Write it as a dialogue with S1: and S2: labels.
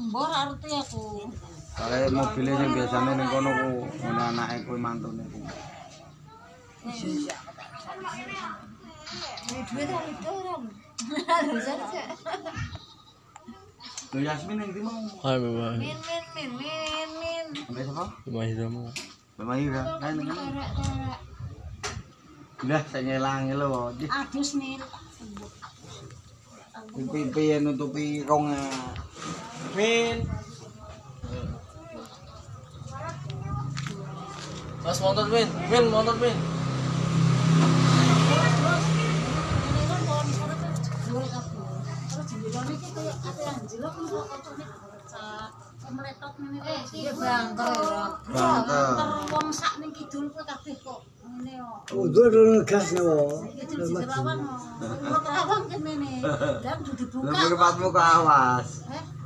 S1: Mbah arti aku.
S2: Soale mobile sing biasane ning kono ku ngono anake kuwi mantune ku.
S3: duit ora itu ora. Harusan sih.
S2: Lho Yasmin ning ndi mau?
S4: Ayo bawa.
S3: Min min min min min.
S2: Sampai sapa?
S4: Rumah lah. sama.
S2: Mbak Ira. Kae ning kono.
S3: Tarak tarak.
S2: Lah saya nyelangi lho. Di-
S1: Adus nih.
S2: Pipi yang nutupi rong. ah.
S4: Min. Mas motor Min, Min motor Min.
S1: Ini kan pohon sana kan jebol kabeh. Terus jebolan iki kayak ate yang jelek kok kocokne pecah. Meletot ngene eh
S3: Iya bang, terus.
S2: Bangke.
S1: wong sak ning kidul kuwi kabeh kok ngene kok.
S5: Udah dulu gas no.
S1: Kidul di Kerawang. Kulo Kerawang kene ne. Dan dudu
S2: Lah
S1: buka.
S2: merpatmu ke awas.
S1: Eh,